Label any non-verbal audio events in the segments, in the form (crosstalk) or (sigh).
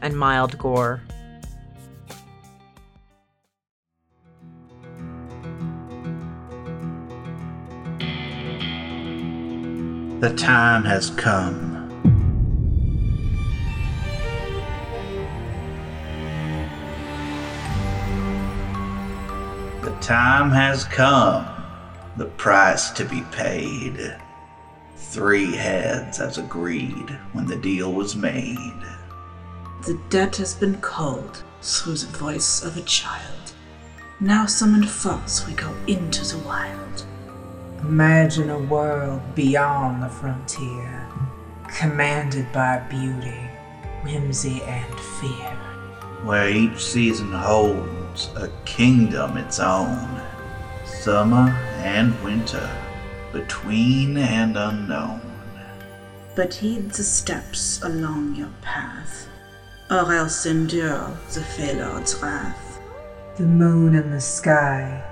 and mild gore. The time has come. The time has come. The price to be paid. Three heads as agreed when the deal was made. The debt has been called, through the voice of a child. Now summoned forth, we go into the wild. Imagine a world beyond the frontier, commanded by beauty, whimsy, and fear. Where each season holds a kingdom its own. Summer and winter, between and unknown. But heed the steps along your path, or else endure the Phalord's wrath. The moon in the sky,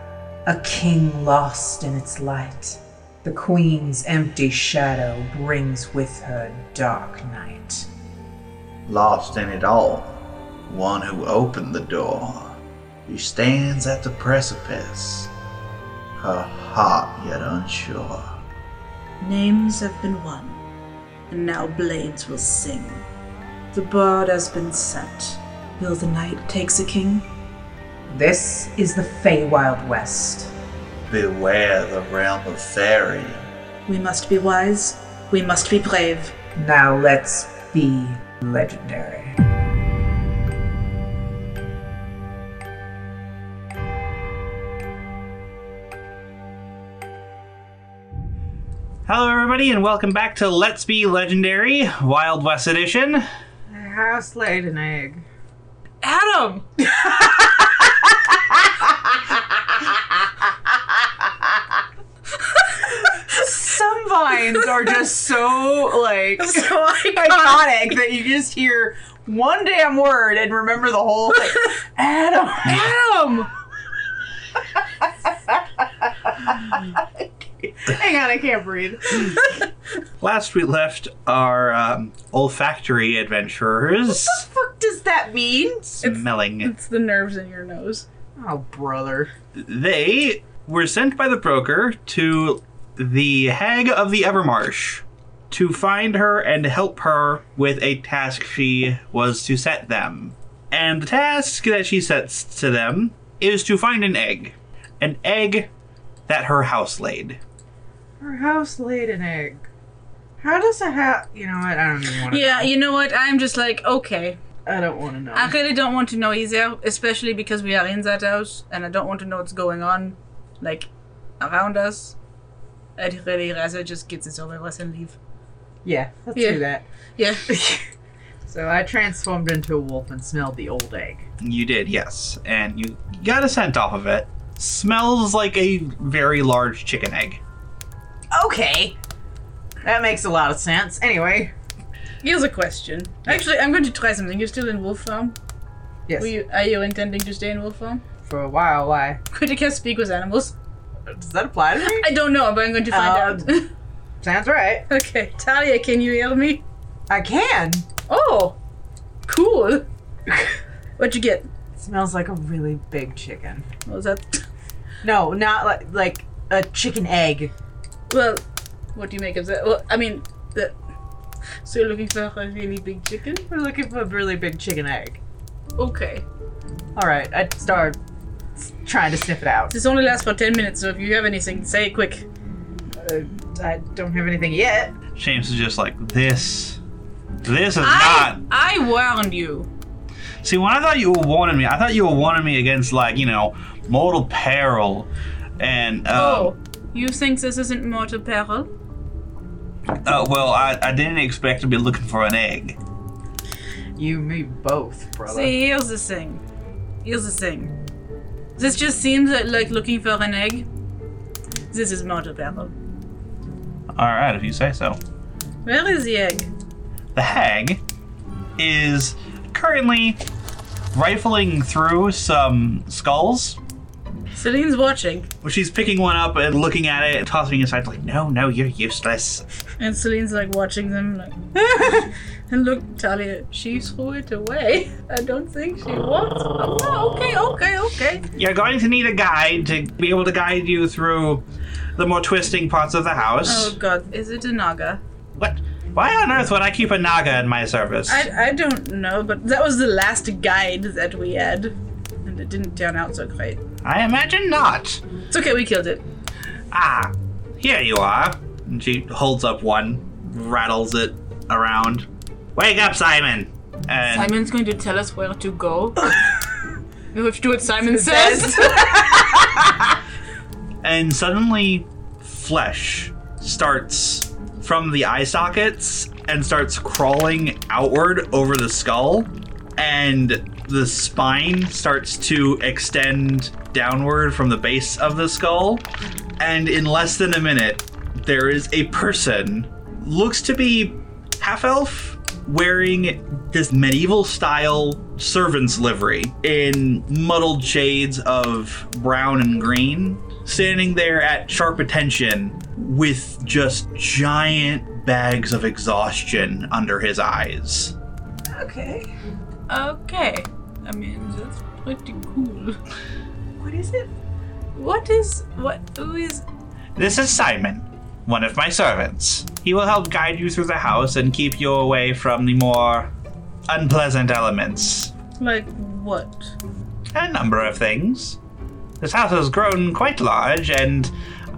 a king lost in its light. The queen's empty shadow brings with her dark night. lost in it all, one who opened the door, who stands at the precipice, her heart yet unsure. Names have been won, and now blades will sing. The board has been set. Will the knight take the king? This is the Feywild West. Beware the realm of fairy, We must be wise. We must be brave. Now let's be legendary. Hello, everybody, and welcome back to Let's Be Legendary Wild West Edition. House laid an egg. Adam! Some vines are just (laughs) so like So iconic that you just hear one damn word and remember the whole thing. Adam! Adam! Hang on, I can't breathe. Last we left our um, olfactory adventurers Fuck does that mean? smelling. It's the nerves in your nose. Oh, brother. They were sent by the broker to the Hag of the Evermarsh to find her and help her with a task she was to set them. And the task that she sets to them is to find an egg. An egg that her house laid. Her house laid an egg. How does a house? You know what? I don't even want to. Yeah, you know what? I'm just like, okay. I don't want to know. I really don't want to know either, especially because we are in that house and I don't want to know what's going on, like, around us. I'd really rather just get this over with and leave. yeah, let's Yeah. do that. (laughs) Yeah. So I transformed into a wolf and smelled the old egg. You did, yes. And you got a scent off of it. Smells like a very large chicken egg. Okay, that makes a lot of sense. Anyway, Here's a question. Actually, I'm going to try something. You're still in Wolf Farm? yes, Were you, are you intending to stay in Wolf Farm? for a while, why Could you cast speak with animals? does that apply to me? I don't know, but I'm going to find out. (laughs) Sounds right. okay, Talia, can you hear me? I can. Oh, cool. What'd you get? smells like a really big chicken. What was that? No, not like like a chicken egg. Well, what do you make of that? Well, I mean, the, so you're looking for a really big chicken? We're looking for a really big chicken egg. Okay. All right, I start s- trying to sniff it out. This only lasts for 10 minutes, so if you have anything, say it quick. Uh, I don't have anything yet. James is just like, this. This is not. I warned you. See, when I thought you were warning me, I thought you were warning me against, like, you know, mortal peril. And, uh, oh, you think this isn't mortal peril? uh, well, I, I didn't expect to be looking for an egg. You and me both, brother. See, here's the thing. Here's the thing. This just seems like, like looking for an egg. This is murder battle. All right, if you say so. Where is the egg? The hag is currently rifling through some skulls. Celine's watching, She's picking one up and looking at it, tossing it aside, like, no, no, you're useless. and Celine's like watching them. Like, (laughs) and look, Talia, she threw it away. I don't think she wants. Oh, no, okay, okay, okay. You're going to need a guide to be able to guide you through the more twisting parts of the house. Oh God, is it a naga? What? Why on earth would I keep a naga in my service? I, I don't know, but that was the last guide that we had, and it didn't turn out so great. I imagine not. It's okay, we killed it. Ah, here you are. And she holds up one, rattles it around. Wake up, Simon! And Simon's going to tell us where to (laughs) go. we have to do what Simon says. (laughs) and suddenly flesh starts from the eye sockets and starts crawling outward over the skull and the spine starts to extend downward from the base of the skull and in less than a minute there is a person looks to be half elf wearing this medieval style servant's livery in muddled shades of brown and green, standing there at sharp attention with just giant bags of exhaustion under his eyes. Okay. okay. I mean, that's pretty cool. What is it? What is what? Who is? This is Simon, one of my servants. He will help guide you through the house and keep you away from the more unpleasant elements. Like what? a number of things. This house has grown quite large, and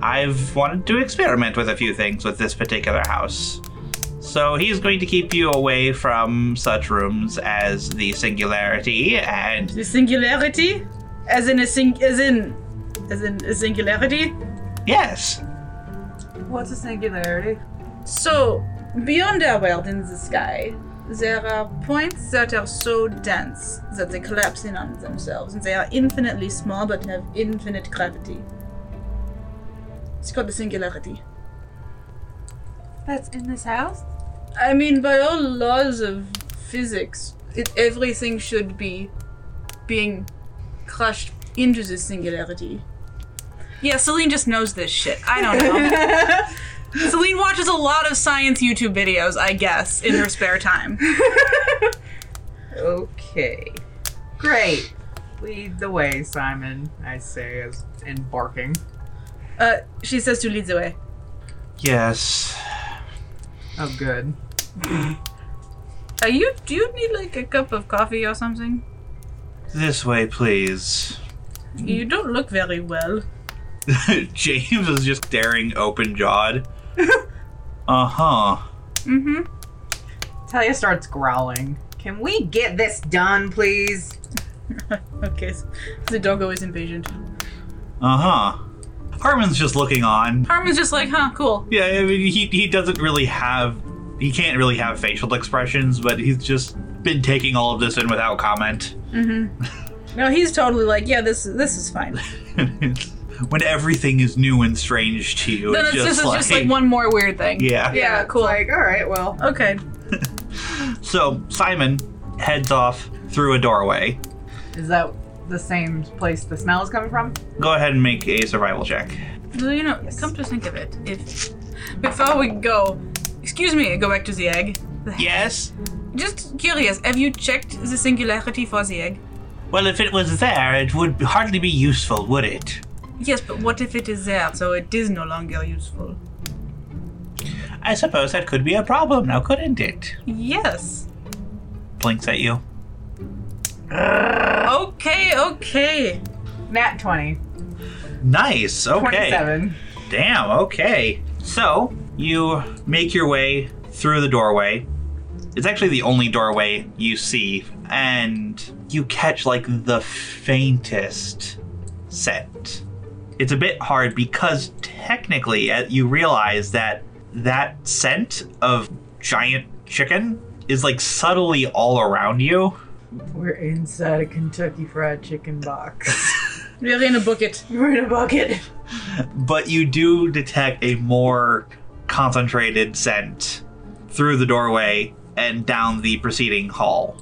I've wanted to experiment with a few things with this particular house. So he's going to keep you away from such rooms as the Singularity and. The singularity, as in a sing, as in, as in a singularity. Yes! What's a singularity? So beyond our world in the sky, there are points that are so dense that they collapse in on themselves, and they are infinitely small but have infinite gravity. It's called the singularity. That's in this house? I mean, by all laws of physics, it, everything should be being crushed into this singularity. Yeah, Celine just knows this shit. I don't (laughs) know. Celine watches a lot of science YouTube videos, I guess, in her spare (laughs) time. Okay. Great. Lead the way, Simon. I say as and barking. Uh, she says to lead the way. Yes. Oh, good. Are you? Do you need like a cup of coffee or something? This way, please. You don't look very well. (laughs) James is just staring (laughs) open jawed. uh huh. Mm-hmm. Talia starts growling. Can we get this done, please? Okay, so the doggo is impatient. Uh huh. Harmon's just looking on. Harmon's just like, huh, cool. Yeah, I mean, he, he doesn't really have. He can't really have facial expressions, but he's just been taking all of this in without comment. (laughs) No, he's totally like, yeah, this this is fine. when everything is new and strange to you, Then it's it's just, just, it's like, just like one more weird thing. Yeah. Yeah, it's cool. Like, all right, well, Okay. So Simon heads off through a doorway. is that the same place the smell is coming from? Go ahead and make a survival check. Do you know, come to think of it, if before we go, excuse me, go back to the egg. Yes. Just curious, have you checked the singularity for the egg? Well, if it was there, it would hardly be useful, would it? Yes, but what if it is there, so it is no longer useful? I suppose that could be a problem now, couldn't it? Yes. Blinks at you. Okay, okay. Nat 20. Nice. Okay. 27. Damn, okay. So, you make your way through the doorway. It's actually the only doorway you see, and you catch like the faintest scent. It's a bit hard because technically uh, you realize that that scent of giant chicken is like subtly all around you. We're inside a Kentucky Fried Chicken box. We're in a bucket. We're in a bucket. but you do detect a more concentrated scent through the doorway and down the preceding hall.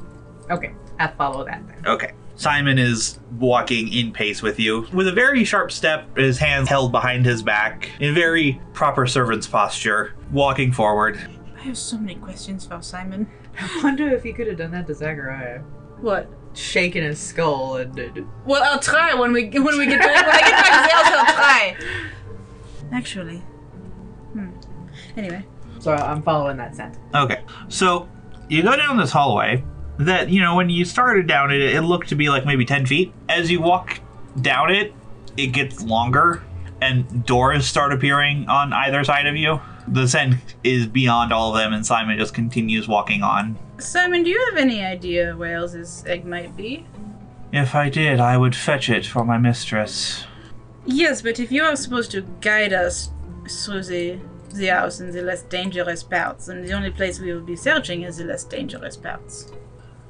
Okay, I follow that then. Okay. Simon is walking in pace with you with a very sharp step, his hands held behind his back, in very proper servant's posture, walking forward. I have so many questions about Simon. I wonder if he could have done that to Zachariah. What? Shaking his skull and and- Well, I'll try when we when we get (laughs) to, when I get back to the house. I'll try. Actually, hmm. Anyway, So I'm following that scent. Okay. So you go down this hallway that, you know, when you started down it, it looked to be like maybe 10 feet. As you walk down it, it gets longer and doors start appearing on either side of you. The scent is beyond all of them, and Simon just continues walking on. Simon, do you have any idea where Elsa's egg might be? If I did, I would fetch it for my mistress. Yes, but if you are supposed to guide us through the the house and the less dangerous parts, and the only place we will be searching is the less dangerous parts.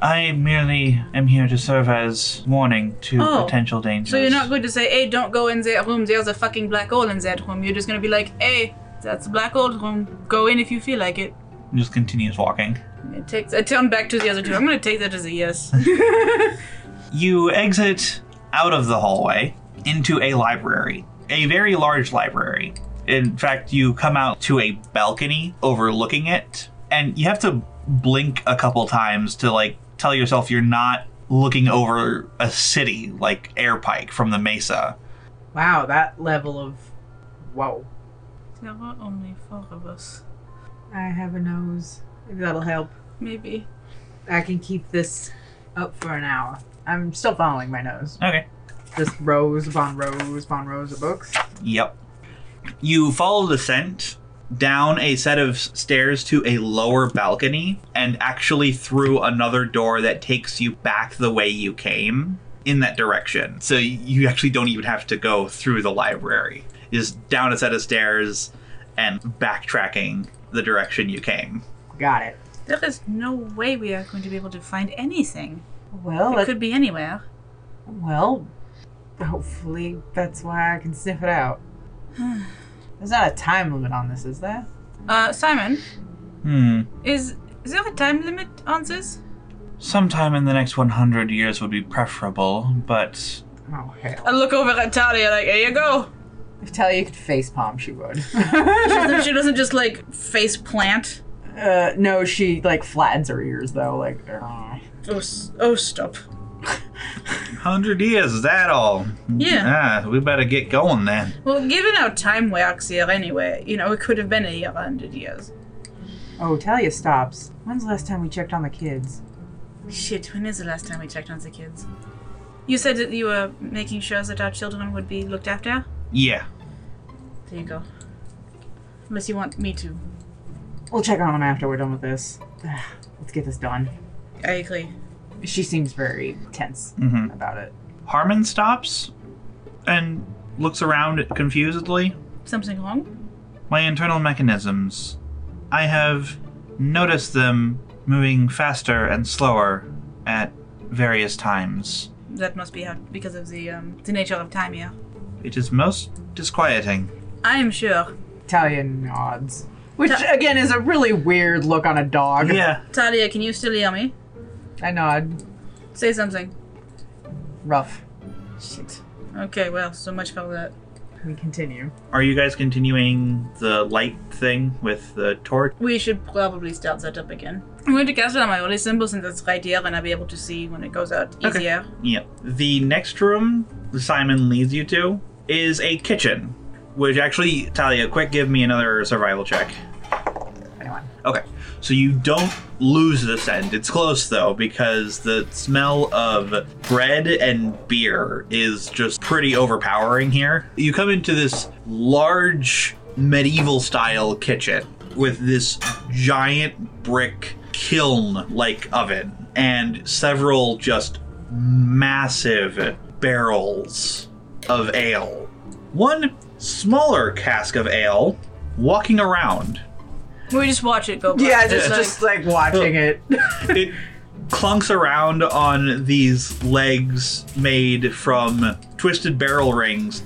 I merely am here to serve as warning to Oh, potential dangers. So you're not going to say, "Hey, don't go in that room. There's a fucking black hole in that room." You're just going to be like, "Hey, that's a black hole room. Go in if you feel like it." Just continues walking. It takes. I turn back to the other two. I'm going to take that as a yes. You exit out of the hallway into a library, a very large library. In fact, you come out to a balcony overlooking it, and you have to blink a couple times to like tell yourself you're not looking over a city like Airpike from the Mesa. Wow, that level of. Whoa. there were only four of us. I have a nose. Maybe that'll help. Maybe. I can keep this up for an hour. I'm still following my nose. Okay. Just rows upon rows upon rows of books. Yep. You follow the scent down a set of s- stairs to a lower balcony and actually through another door that takes you back the way you came in that direction. So y- you actually don't even have to go through the library. You Just down a set of stairs and backtracking the direction you came. Got it. There is no way we are going to be able to find anything. Well, It could be anywhere. well, hopefully that's why I can sniff it out. (sighs) There's not a time limit on this, is there? Uh, Simon, Hmm. is is there a time limit on this? Sometime in the next 100 years would be preferable, but Oh hell! I look over at Talia like, "Here you go." If Talia could face palm, she would. she doesn't just like face plant. (laughs) uh, no, she like flattens her ears though. Like, uh, Oh, s- oh, stop. 100 years, is that all? Yeah. Ah, we better get going then. Well, given how time works here anyway, you know, it could have been a year, hundred years. oh, Talia stops. When's the last time we checked on the kids? Shit, when is the last time we checked on the kids? You said that you were making sure that our children would be looked after? Yeah. There you go. Unless you want me to. We'll check on them after we're done with this. (sighs) Ugh, Let's get this done. I agree. She seems very tense Mm-hmm. about it. Harmon stops and looks around confusedly. Something wrong? My internal mechanisms. I have noticed them moving faster and slower at various times. That must be how, because of the um, the nature of time here. It is most disquieting. I am sure. Talia nods, which again is a really weird look on a dog. Yeah. Talia, can you still hear me? I nod. Say something. Rough. Shit. Okay, well, so much for that. We continue. Are you guys continuing the light thing with the torch? We should probably start that up again. I'm going to cast it on my holy symbol since it's right here and I'll be able to see when it goes out Okay. easier. Yeah. The next room Simon leads you to is a kitchen, which actually, Talia, quick give me another survival check. Anyone? Okay, so you don't lose the scent. It's close though, because the smell of bread and beer is just pretty overpowering here. You come into this large medieval style kitchen with this giant brick kiln like oven and several just massive barrels of ale. One smaller cask of ale walking around We just watch it go by. Yeah, just just like watching it. (laughs) it clunks around on these legs made from twisted barrel rings,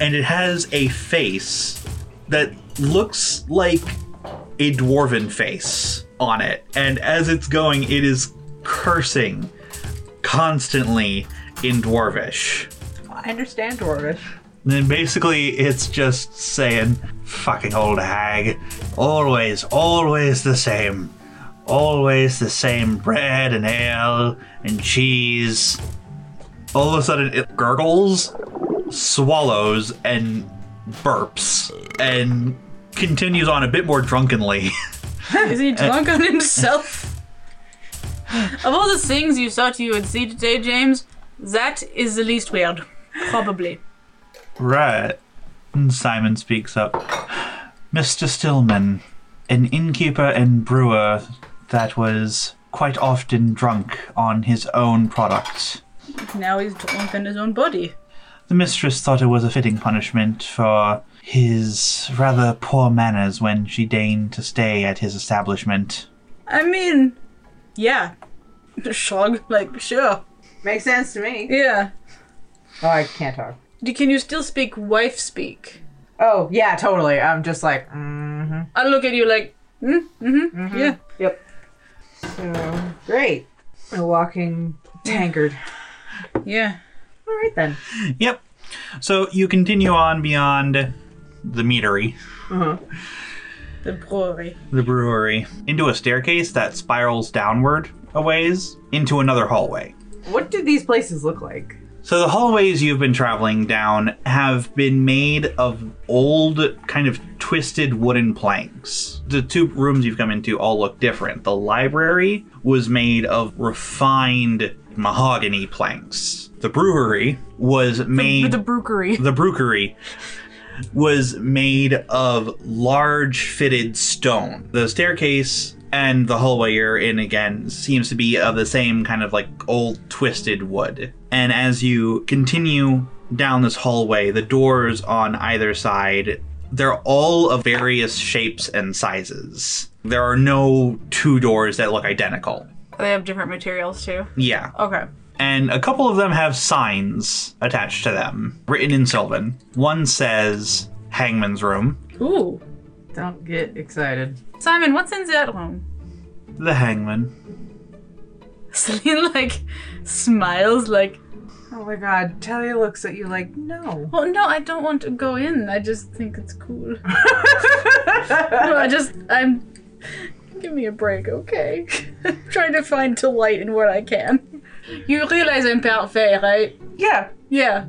and it has a face that looks like a dwarven face on it. And as it's going, it is cursing constantly in dwarvish. I understand dwarvish. And then basically, it's just saying, fucking old hag. Always, always the same. Always the same bread and ale and cheese. All of a sudden, it gurgles, swallows, and burps, and continues on a bit more drunkenly. (laughs) Is he drunk (laughs) on himself? of all the things you thought you would see today, James, that is the least weird. Probably. Right. And Simon speaks up. Mr. Stillman, an innkeeper and brewer that was quite often drunk on his own product. Now he's drunk on his own body. The mistress thought it was a fitting punishment for his rather poor manners when she deigned to stay at his establishment. I mean, yeah. (laughs) Shrug, like, sure. Makes sense to me. Yeah. Oh, I can't talk. D- Can you still speak wife speak? Oh, yeah, totally. I'm just like, mm-hmm. I look at you like, mm, mm-hmm, yeah. Yep. So, great. A walking tankard. Yeah. All right, then. Yep. So you continue on beyond the meadery, The brewery. the brewery, into a staircase that spirals downward a ways into another hallway. What do these places look like? So the hallways you've been traveling down have been made of old, kind of twisted wooden planks. The two rooms you've come into all look different. The library was made of refined mahogany planks. The brewery was made The brewery. the brewery was made of large fitted stone. The staircase and the hallway you're in again seems to be of the same kind of like old twisted wood. And as you continue down this hallway, the doors on either side, they're all of various shapes and sizes. There are no two doors that look identical. They have different materials too. Yeah Okay. and a couple of them have signs attached to them, written in Sylvan. One says Hangman's Room, Ooh. Don't get excited. Simon, (laughs) what's in (laughs) that room? the Hangman. Celine, like, smiles, like, Oh my god, Telly looks at you like, no. well, no, I don't want to go in. I just think it's (laughs) cool. no, I just, I'm. Give me a break, okay? (laughs) I'm trying to find delight in what I can. You realize I'm parfait, right? Yeah. Yeah.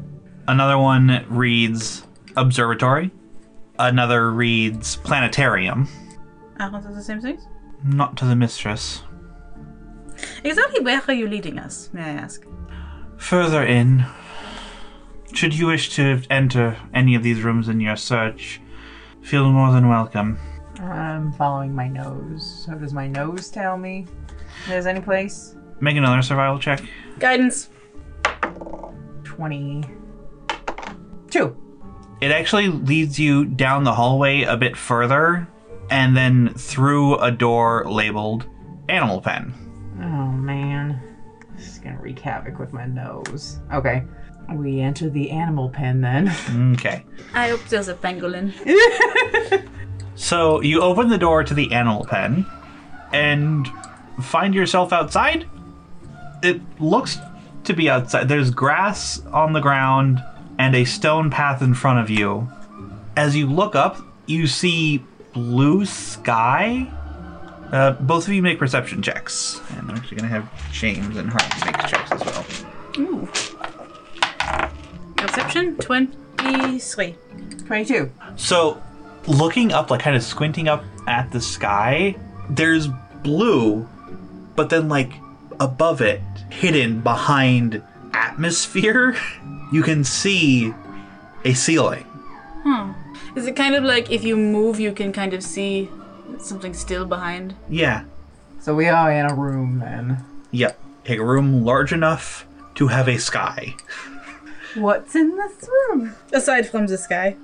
Another one reads Observatory. Another reads Planetarium. Aren't those Uh, the same things? Not to the mistress. Exactly where are you leading us, may I ask? Further in, should you wish to enter any of these rooms in your search, feel more than welcome. I'm following my nose. So does my nose tell me if there's any place? Make another survival check. Guidance. 22. it actually leads you down the hallway a bit further and then through a door labeled animal pen. Oh man. This is gonna wreak havoc with my nose. Okay. We enter the animal pen then. (laughs) Okay. I hope there's a pangolin. So you open the door to the animal pen and find yourself outside. It looks to be outside. There's grass on the ground and a stone path in front of you. As you look up, you see blue sky. Uh, both of you make perception checks. And I'm actually going to have James and Hart make checks as well. Ooh. Perception 23. 22. So, looking up, like kind of squinting up at the sky, there's blue, but then like above it, hidden behind atmosphere, (laughs) you can see a ceiling. Is it kind of like if you move, you can kind of see something still behind? Yeah. So we are in a room then. Yep. A room large enough to have a sky. What's in this room? Aside from the sky.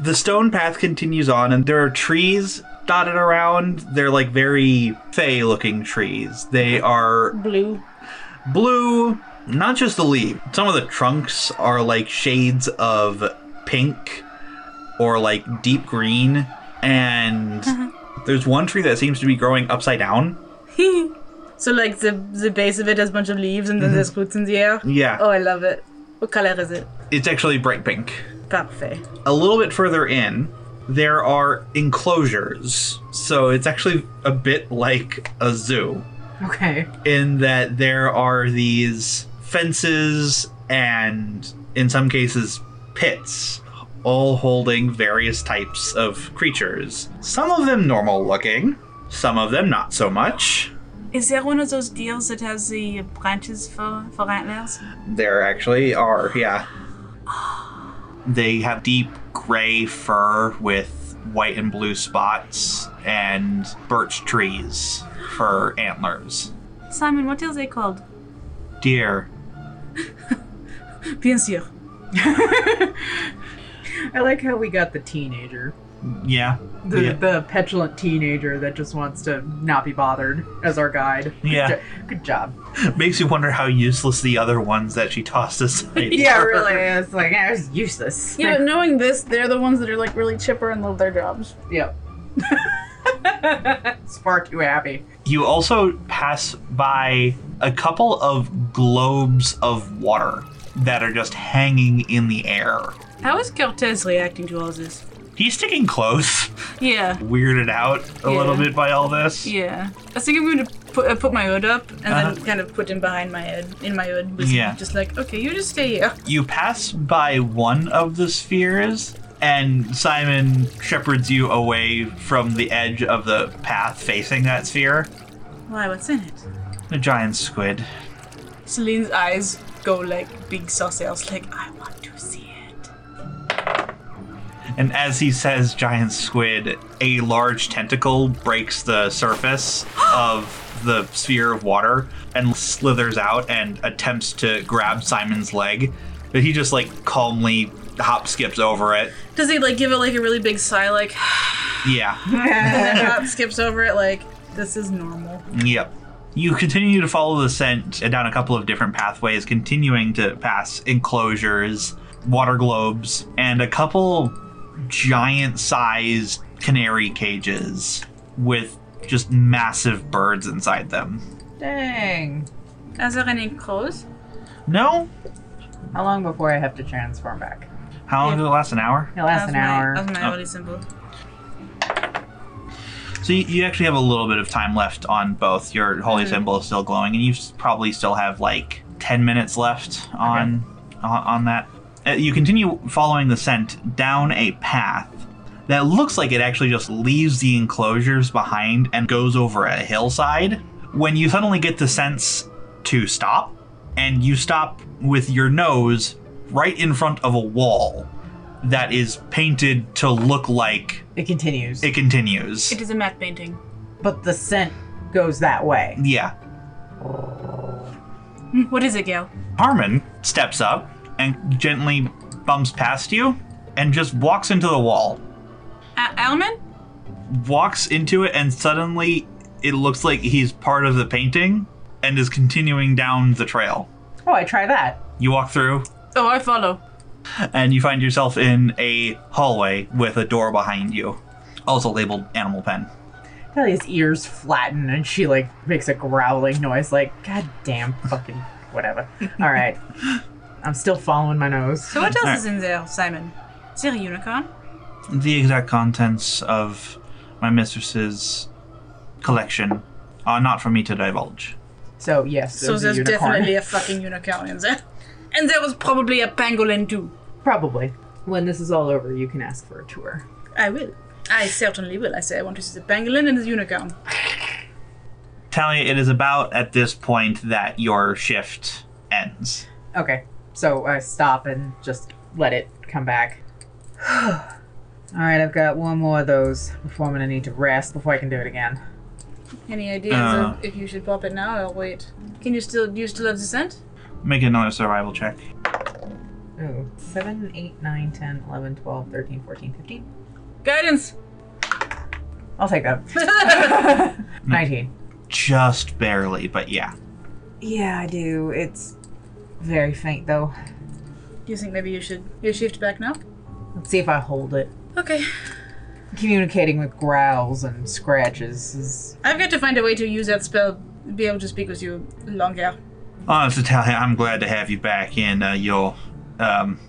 The stone path continues on, and there are trees dotted around. They're like very fey looking trees. They are Blue. blue, not just the leaf. Some of the trunks are like shades of pink or like deep green. And there's one tree that seems to be growing upside down. (laughs) so like the the base of it has a bunch of leaves and then there's roots in the air. Mm-hmm. Yeah. Oh, I love it. What color is it? It's actually bright pink. Parfait. A little bit further in, there are enclosures. So it's actually a bit like a zoo. Okay. in that there are these fences and, in some cases, pits, all holding various types of creatures. Some of them normal looking, some of them not so much. Is there one of those deers that has the branches for for antlers? There actually are, yeah. They have deep gray fur with white and blue spots and birch trees for antlers. Simon, what are they called? Deer. Bien sûr. I like how we got the teenager. Yeah. The, yeah. the petulant teenager that just wants to not be bothered as our guide. Yeah. Good, jo- good job. Makes you wonder how useless the other ones that she (laughs) tossed aside. Yeah, really. It's like, eh, it's useless. Yeah, but knowing this, they're the ones that are like really chipper and love their jobs. (laughs) Yep. it's far too happy. You also pass by a couple of globes of water that are just hanging in the air. How is Cortez reacting to all this? He's sticking close, (laughs) Yeah, weirded out a Yeah. little bit by all this. yeah. I think I'm going to put uh, put my hood up and Uh-huh. then kind of put him behind my head in my hood. With Yeah. Just like okay, you just stay here. You pass by one of the spheres, and Simon shepherds you away from the edge of the path facing that sphere. Why? What's in it? A giant squid. Celine's eyes go like big saucers. Like I want to see it. And as he says giant squid, a large tentacle breaks the surface of the sphere of water and slithers out and attempts to grab Simon's leg. But he just like calmly hop skips over it. Does he like give it like a really big sigh, like Yeah. and then hop skips over it? Like this is normal. yep. You continue to follow the scent down a couple of different pathways, continuing to pass enclosures, water globes, and a couple giant sized canary cages with just massive birds inside them. Dang. Is there any crows? No? How long before I have to transform back? How long did it last? An hour? It lasts an hour. That's my Oh. only symbol. So you, you actually have a little bit of time left on both. Your holy symbol is still glowing, and you s- probably still have like ten minutes left on on, on that. Uh, you continue following the scent down a path that looks like it actually just leaves the enclosures behind and goes over a hillside. When you suddenly get the sense to stop, and you stop with your nose right in front of a wall that is painted to look like It continues. it continues. It is a matte painting. (laughs) but the scent goes that way. Yeah. Hmm, What is it, Gail? Harmon steps up and gently bumps past you and just walks into the wall. Uh, Alman? Walks into it, and suddenly it looks like he's part of the painting and is continuing down the trail. Oh, I try that. You walk through, Oh, I follow. and you find yourself in a hallway with a door behind you, also labeled Animal Pen. Delia's ears flatten and she like makes a growling noise like, God damn fucking whatever. (laughs) Alright. I'm still following my nose. So what else Alright. is in there, Simon? Is there a unicorn? The exact contents of my mistress's collection are not for me to divulge. So yes, So there's, there's a unicorn. (laughs) definitely a fucking unicorn in there. And there was probably a pangolin too. Probably. When this is all over, you can ask for a tour. I will. I certainly will. I say I want to see the pangolin and the unicorn. Talia, it is about at this point that your shift ends. Okay. So I stop and just let it come back. (sighs) All right, I've got one more of those before I'm gonna need to rest before I can do it again. Any ideas Uh. of if you should pop it now or wait? Can you still you still have the scent? Make another survival check. Ooh, 7, 8, 9, 10, 11, 12, 13, 14, 15. Guidance! I'll take them. (laughs) 19. Just barely, but yeah. Yeah, I do. It's very faint, though. Do you think maybe you should you shift back now? Let's see if I hold it. Okay. Communicating with growls and scratches is. I've got to find a way to use that spell, be able to speak with you longer. Honest Italia, I'm glad to have you back in uh, your um,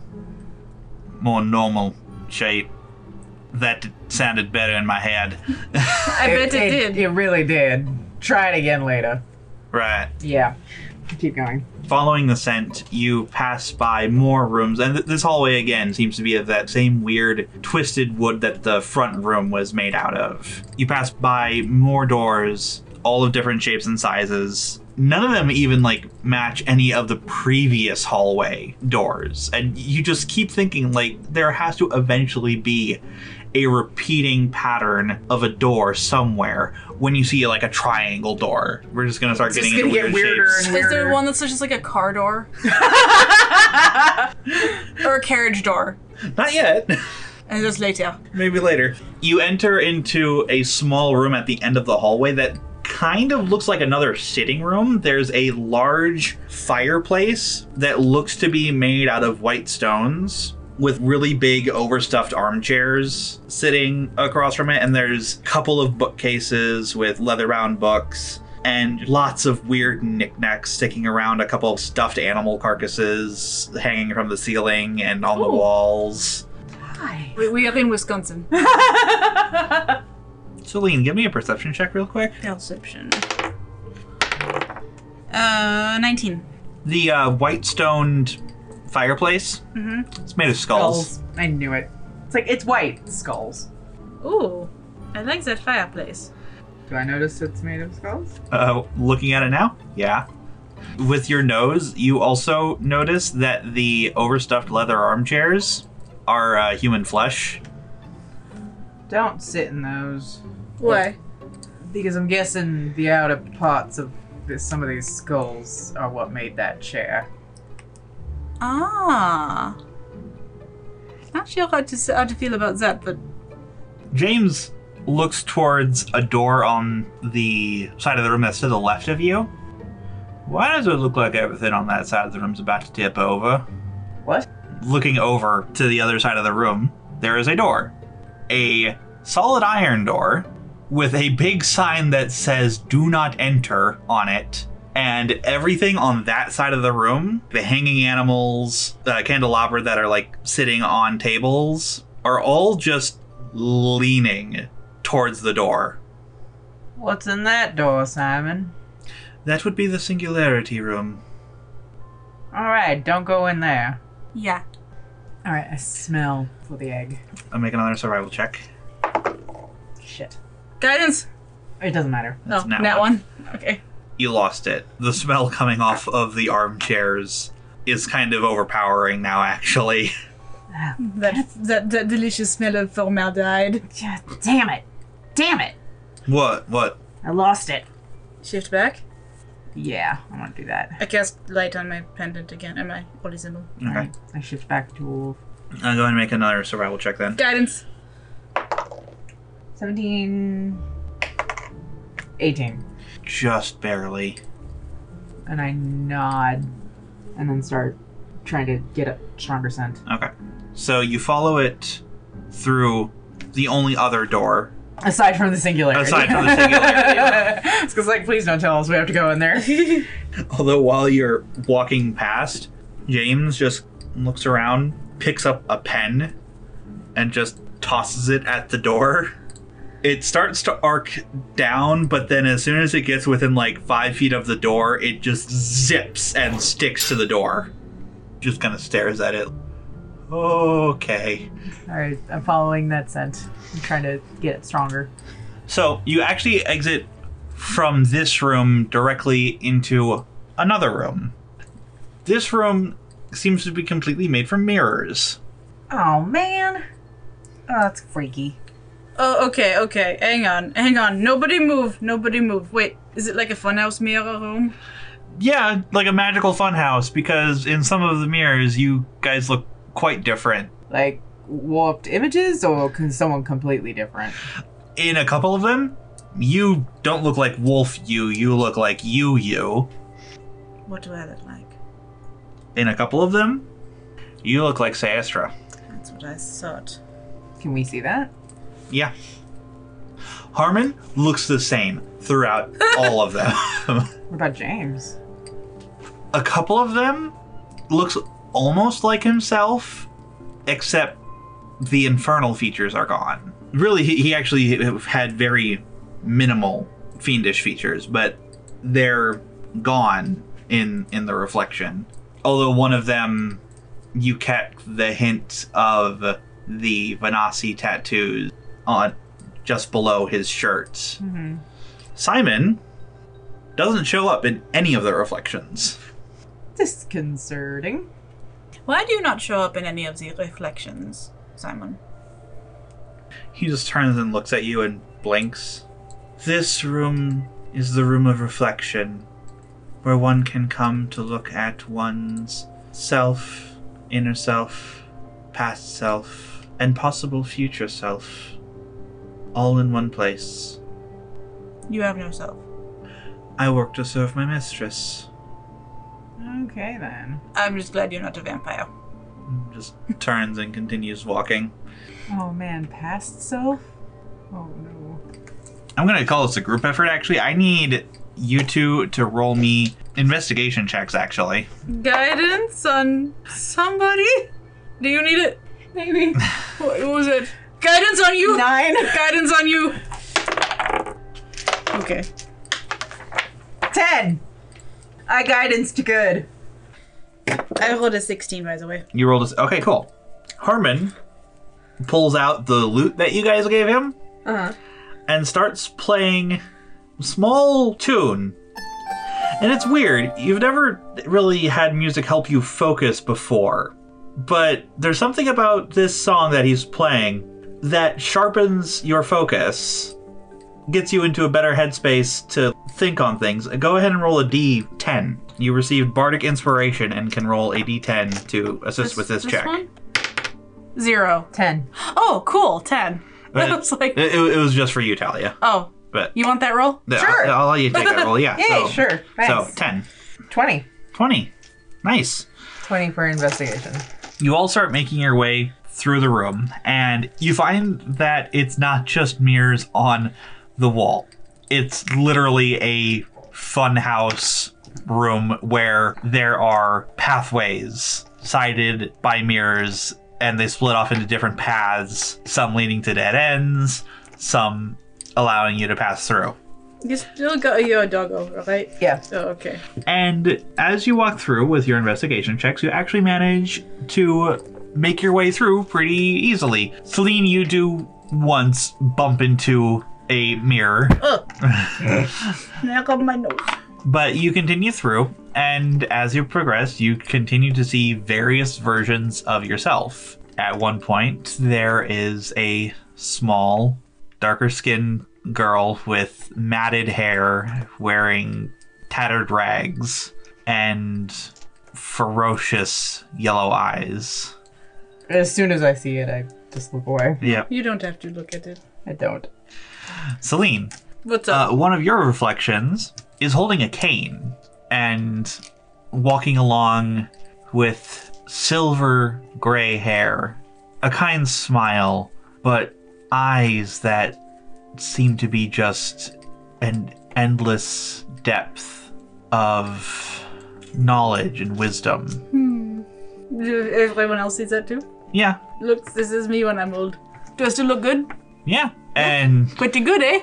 more normal shape. That sounded better in my head. I bet it, did. It really did. Try it again later. right. Yeah. Keep going. Following the scent, you pass by more rooms, and th- this hallway again seems to be of that same weird twisted wood that the front room was made out of. You pass by more doors, all of different shapes and sizes. None of them even like match any of the previous hallway doors, and you just keep thinking like there has to eventually be a repeating pattern of a door somewhere. When you see like a triangle door, we're just gonna start getting into weird shapes. Is there one that's just like a car (laughs) door? or a carriage door? Not yet. (laughs) And just later. Maybe later. You enter into a small room at the end of the hallway that kind of looks like another sitting room. There's a large fireplace that looks to be made out of white stones with really big overstuffed armchairs sitting across from it and there's a couple of bookcases with leather-bound books and lots of weird knickknacks sticking around a couple of stuffed animal carcasses hanging from the ceiling and on the walls We, we are in Wisconsin. Celine, give me a perception check real quick. Perception. Uh, 19. The uh, white stoned fireplace. Mm-hmm. It's made of skulls. Skulls. I knew it. It's like, it's white. Skulls. Ooh, I like that fireplace. Do I notice it's made of skulls? Uh, looking at it now, yeah. With your nose, you also notice that the overstuffed leather armchairs are uh, human flesh. Don't sit in those. Why? Because I'm guessing the outer parts of this, some of these skulls are what made that chair. Ah. Not sure how to s- how to feel about that, but James looks towards a door on the side of the room that's to the left of you. Why does it look like everything on that side of the room's about to tip over? What? Looking over to the other side of the room, there is a door. A solid iron door with a big sign that says do not enter on it. And everything on that side of the room, the hanging animals, the candelabra that are like sitting on tables, are all just leaning towards the door. What's in that door, Simon? That would be the singularity room. Alright, don't go in there. Yeah. Alright, I smell for the egg. I'll make another survival check. Shit. guidance. It doesn't matter. That's oh, not that one. one. Okay. You lost it. The smell coming off of the armchairs is kind of overpowering now, actually. (laughs) That, that that delicious smell of formaldehyde. God damn it. Damn it. What? What? I lost it. Shift back. Yeah, I want to do that. I cast light on my pendant again and my holy symbol. Okay. I shift back to I'll go ahead and make another survival check then. Guidance. 17. 18. Just barely. And I nod and then start trying to get a stronger scent. Okay. So you follow it through the only other door. Aside from the singularity. Aside from the singularity (laughs) it's because, like, please don't tell us we have to go in there. (laughs) Although while you're walking past, James just looks around, picks up a pen, and just tosses it at the door. It starts to arc down, but then as soon as it gets within like five feet of the door, it just zips and sticks to the door. Just kind of stares at it. Okay. Alright, I'm following that scent. I'm trying to get it stronger. So you actually exit from this room directly into another room. This room seems to be completely made from mirrors. Oh, man. Oh, that's freaky. Oh, okay, okay. Hang on, hang on. Nobody move. Nobody move. Wait, is it like a funhouse mirror room? Yeah, like a magical funhouse because in some of the mirrors you guys look quite different. Like, warped images or can someone completely different? in a couple of them, you don't look like Wolf You. You look like You You. What do I look like? In a couple of them, you look like Sayastra. That's what I thought. Can we see that? Yeah. Harmon looks the same throughout all of them. What about James? a couple of them looks almost like himself, except the infernal features are gone. Really, he, he actually had very minimal fiendish features, but they're gone in in the reflection. Although one of them, you kept the hint of the Vanassi tattoos on just below his shirts. Simon doesn't show up in any of the reflections. Disconcerting. Why do you not show up in any of the reflections, Simon? He just turns and looks at you and blinks. This room is the room of reflection, where one can come to look at one's self, inner self, past self, and possible future self, all in one place. You have no self. I work to serve my mistress. Okay then. I'm just glad you're not a vampire. Just turns and continues walking. Oh man, past self? Oh no. I'm gonna call this a group effort. Actually, I need you two to roll me investigation checks. Actually, Guidance on somebody? Do you need it? Maybe. (laughs) What was it? Guidance on you! Nine. (laughs) Guidance on you! Okay. Ten. I guidance to good. I rolled a 16, by the way. you rolled. A, s- okay, cool. Herman pulls out the lute that you guys gave him Uh-huh. and starts playing a small tune. And it's weird. You've never really had music help you focus before, but there's something about this song that he's playing that sharpens your focus, gets you into a better headspace to think on things. Go ahead and roll a d10. You received bardic inspiration and can roll a d10 to assist with this, check. Zero. Ten. Oh, cool. Ten. (laughs) But I was like- it, it was just for you, Talia. Oh, But you want that roll? Yeah, Sure. I'll, I'll let you take that roll. (laughs) Yeah. Yay, so, sure. Thanks. So 10, Twenty. 20. Nice. Twenty for investigation. You all start making your way through the room, and you find that it's not just mirrors on the wall. It's literally a funhouse room where there are pathways sided by mirrors, and they split off into different paths, some leading to dead ends, some allowing you to pass through. You still got your dog over, right? Yeah. Oh, okay. And as you walk through with your investigation checks, you actually manage to make your way through pretty easily. Celine, you do once bump into a mirror, Now I got my nose. but you continue through. And as you progress, you continue to see various versions of yourself. At one point, there is a small, darker skinned girl with matted hair wearing tattered rags and ferocious yellow eyes. As soon as I see it, I just look away. Yeah. You don't have to look at it. I don't. Celine, What's uh, up? one of your reflections is holding a cane and walking along with silver gray hair, a kind smile, but eyes that seem to be just an endless depth of knowledge and wisdom. Do Everyone else sees that too? Yeah, Look, this is me when I'm old. Do I still look good? yeah. And Pretty good, eh?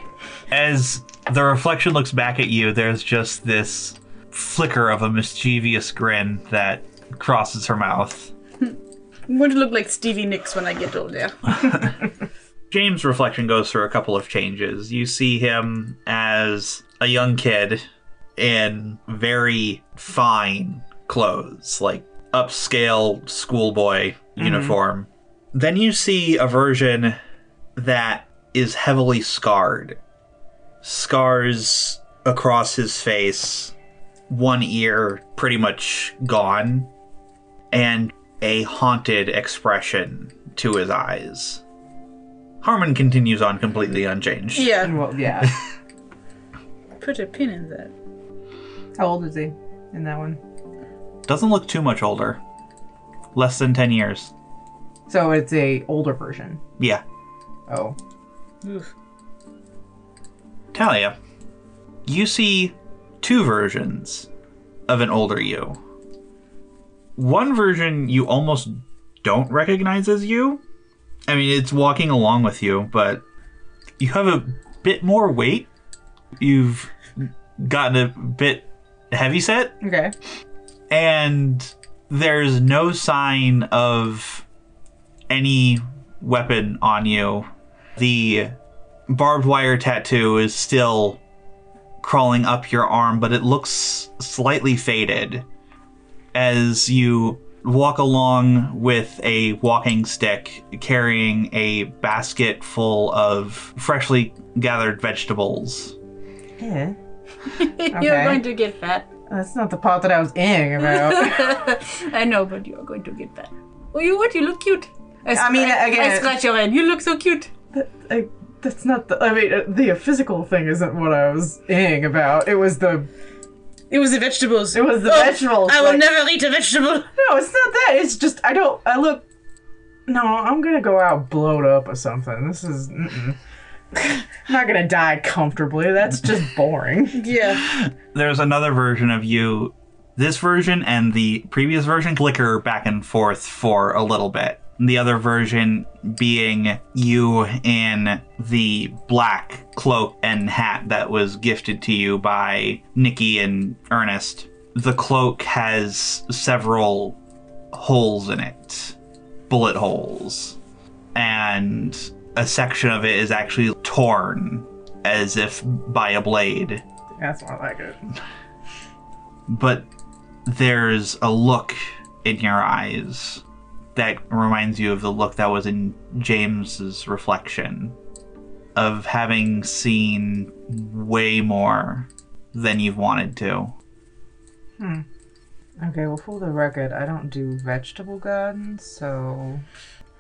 as the reflection looks back at you, there's just this flicker of a mischievous grin that crosses her mouth. I'm going to look like Stevie Nicks when I get older. James' reflection goes through a couple of changes. You see him as a young kid in very fine clothes, like upscale schoolboy uniform. Then you see a version that is heavily scarred. Scars across his face, one ear pretty much gone, and a haunted expression to his eyes. Harmon continues on completely unchanged. Yeah. Well, yeah. Put a pin in that. (laughs) How old is he in that one? Doesn't look too much older. Less than 10 years. So it's a older version. Yeah. Oh. Talia, you see two versions of an older you. One version you almost don't recognize as you. I mean, it's walking along with you, but you have a bit more weight. You've gotten a bit heavy set, Okay. and there's no sign of any weapon on you. The barbed wire tattoo is still crawling up your arm, but it looks slightly faded as you walk along with a walking stick carrying a basket full of freshly gathered vegetables. (laughs) Yeah. You're Eh. Okay. going to get fat. That's not the part that I was in (laughs) about. I know, but you're going to get fat. Oh, you what? You look cute. I, I mean, scr- again- I scratch your head. You look so cute. I, that's not the. I mean, uh, the physical thing isn't what I was in about. It was the. It was the vegetables. It was the vegetables. Oh, I will like- never eat a vegetable. No, it's not that. It's just I don't. I look. No, I'm gonna go out blowed up or something. This is. Mm-mm. (laughs) I'm not gonna die comfortably. That's just boring. (laughs) Yeah. there's another version of you. This version and the previous version clicker back and forth for a little bit. The other version being you in the black cloak and hat that was gifted to you by Nikki and Ernest. The cloak has several holes in it, bullet holes, and a section of it is actually torn as if by a blade That's not like it. but there's a look in your eyes that reminds you of the look that was in James's reflection of having seen way more than you've wanted to. Okay, well, for the record, I don't do vegetable gardens, so.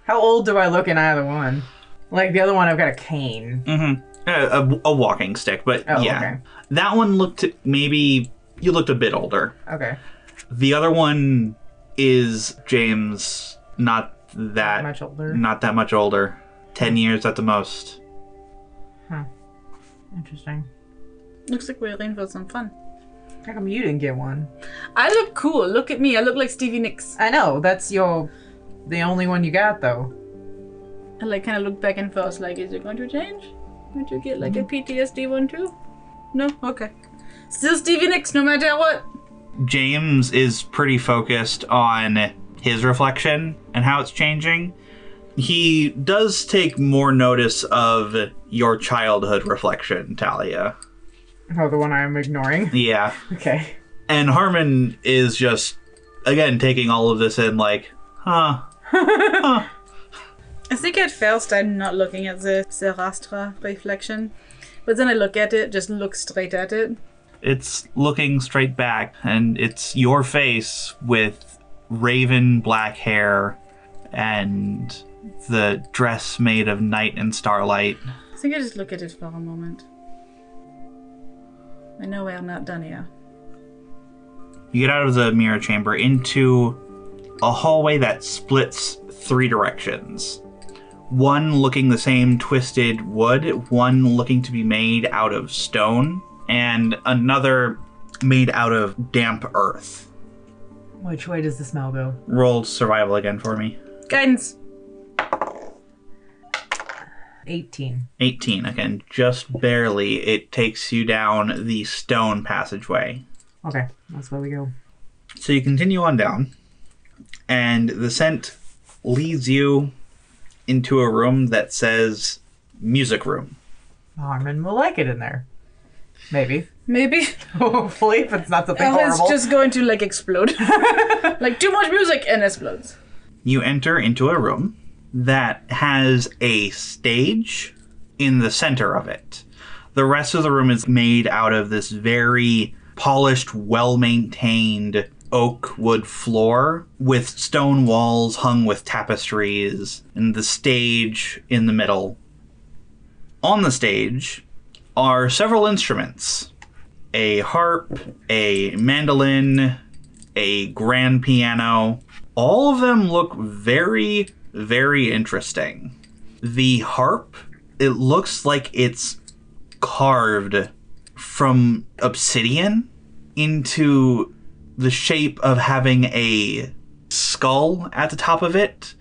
How old do I look in either one? Like the other one, I've got a cane. Mm-hmm. A, a walking stick, but Oh, yeah, okay. that one looked maybe you looked a bit older. Okay, The other one is James, not that much older. not that much older, ten years at the most. Interesting. Looks like we're in for some fun. How come you didn't get one? I look cool. Look at me. I look like Stevie Nicks. I know that's your, the only one you got though. I like kind of look back and forth. Like, is it going to change? Would you get like a PTSD one too? No. Okay. Still Stevie Nicks, no matter what. James is pretty focused on his reflection and how it's changing. He does take more notice of your childhood reflection, Talia. Oh, the one I'm ignoring. (laughs) Yeah. Okay. And Harmon is just, again, taking all of this in, like, huh. I think at first I'm not looking at the Serastra reflection, but then I look at it, just look straight at it. It's looking straight back, and it's your face with raven black hair and the dress made of night and starlight. I think I just look at it for a moment. I know we're not done here. You get out of the mirror chamber into a hallway that splits three directions. One looking the same twisted wood, one looking to be made out of stone, and another made out of damp earth. Which way does the smell go? Roll survival again for me. Guidance. 18. 18 again, just barely. It takes you down the stone passageway. Okay, that's where we go. So you continue on down, and the scent leads you into a room that says music room. Harmon will like it in there. Maybe. (laughs) Maybe (laughs) Hopefully, if it's not something Ellen's horrible. just going to like explode. (laughs) like too much music and explodes. You enter into a room that has a stage in the center of it. The rest of the room is made out of this very polished, well maintained oak wood floor with stone walls hung with tapestries, and the stage in the middle On the stage are several instruments a harp, a mandolin, a grand piano. All of them look very, very interesting. The harp, it looks like it's carved from obsidian into the shape of having a skull at the top of it,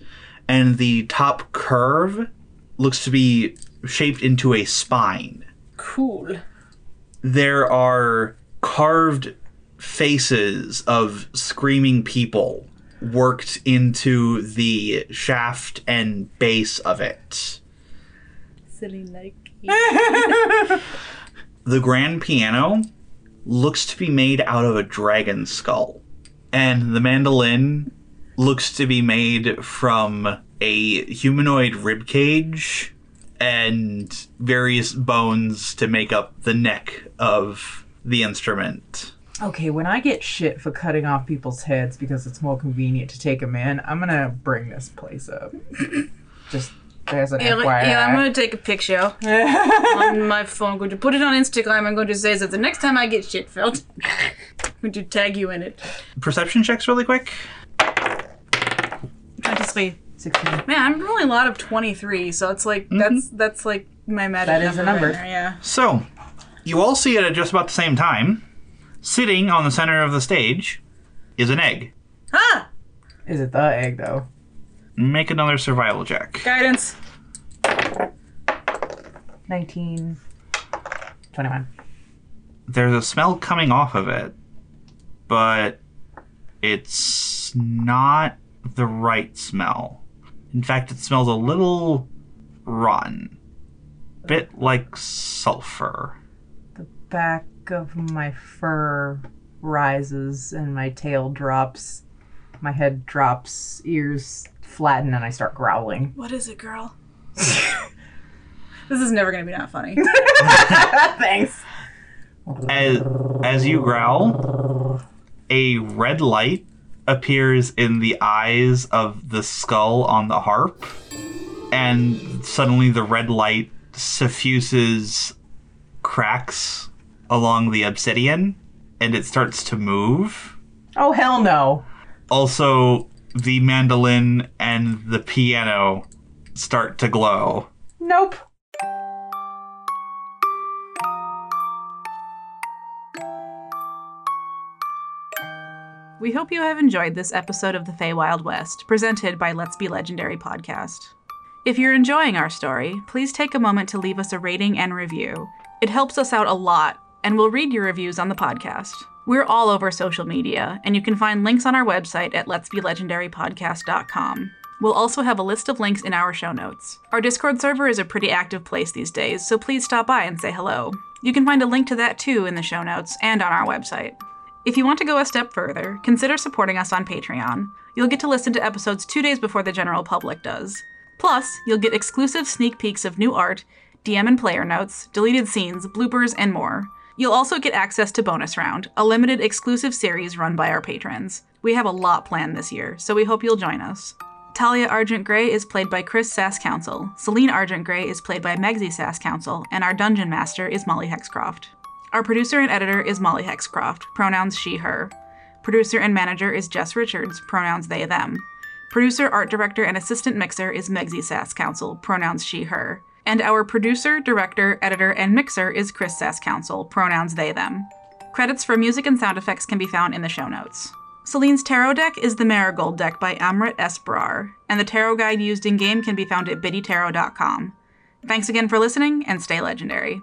and the top curve looks to be shaped into a spine. Cool. There are carved faces of screaming people worked into the shaft and base of it. Silly Nike. (laughs) the grand piano looks to be made out of a dragon skull, and the mandolin looks to be made from a humanoid rib cage and various bones to make up the neck of the instrument. Okay, when I get shit for cutting off people's heads because it's more convenient to take them in, I'm gonna bring this (laughs) place up. Just there's an Yeah, FYI. yeah, I'm gonna take a (laughs) picture on my phone. I'm going to put it on Instagram. I'm going to say that the next time I get shit felt, (laughs) I'm going to tag you in it. Perception checks really quick. 23. 16. Man, I'm rolling a lot of 23, so it's like that's that's like my magic That is a number. right number. there, yeah. So, you all see it at just about the same time. Sitting on the center of the stage is an egg. Ah, Is it the egg though? Make another survival check. guidance. 19. 21. There's a smell coming off of it, but it's not the right smell. In fact, it smells a little rotten. Bit like sulfur. Back of my fur rises and my tail drops. My head drops, ears flatten, and I start growling. What is it, girl? (laughs) this is never gonna be not funny. Thanks. As, as you growl, a red light appears in the eyes of the skull on the harp, and suddenly the red light suffuses cracks along the obsidian and it starts to move. Oh, hell no. Also, the mandolin and the piano start to glow. Nope. We hope you have enjoyed this episode of The Fey Wild West, presented by Let's Be Legendary podcast. If you're enjoying our story, please take a moment to leave us a rating and review. It helps us out a lot, and we'll read your reviews on the podcast. We're all over social media, and you can find links on our website at letsbelegendarypodcast.com. We'll also have a list of links in our show notes. Our Discord server is a pretty active place these days, so please stop by and say hello. You can find a link to that too in the show notes and on our website. If you want to go a step further, consider supporting us on Patreon. You'll get to listen to episodes two days before the general public does. Plus, you'll get exclusive sneak peeks of new art, DM and player notes, deleted scenes, bloopers, and more. You'll also get access to Bonus Round, a limited exclusive series run by our patrons. We have a lot planned this year, so we hope you'll join us. Talia Argent Grey is played by Chris Sass Council, Celine Argent Grey is played by Megsy Sass Council, and our Dungeon Master is Molly Hexcroft. Our producer and editor is Molly Hexcroft, pronouns she, her. Producer and manager is Jess Richards, pronouns they, them. Producer, art director, and assistant mixer is Megsy Sass Council, pronouns she, her. And our producer, director, editor, and mixer is Chris Sass Council, pronouns they, them. Credits for music and sound effects can be found in the show notes. Celine's tarot deck is the Marigold deck by Amrit S. Brar, and the tarot guide used in game can be found at biddytarot.com. Thanks again for listening, and stay legendary.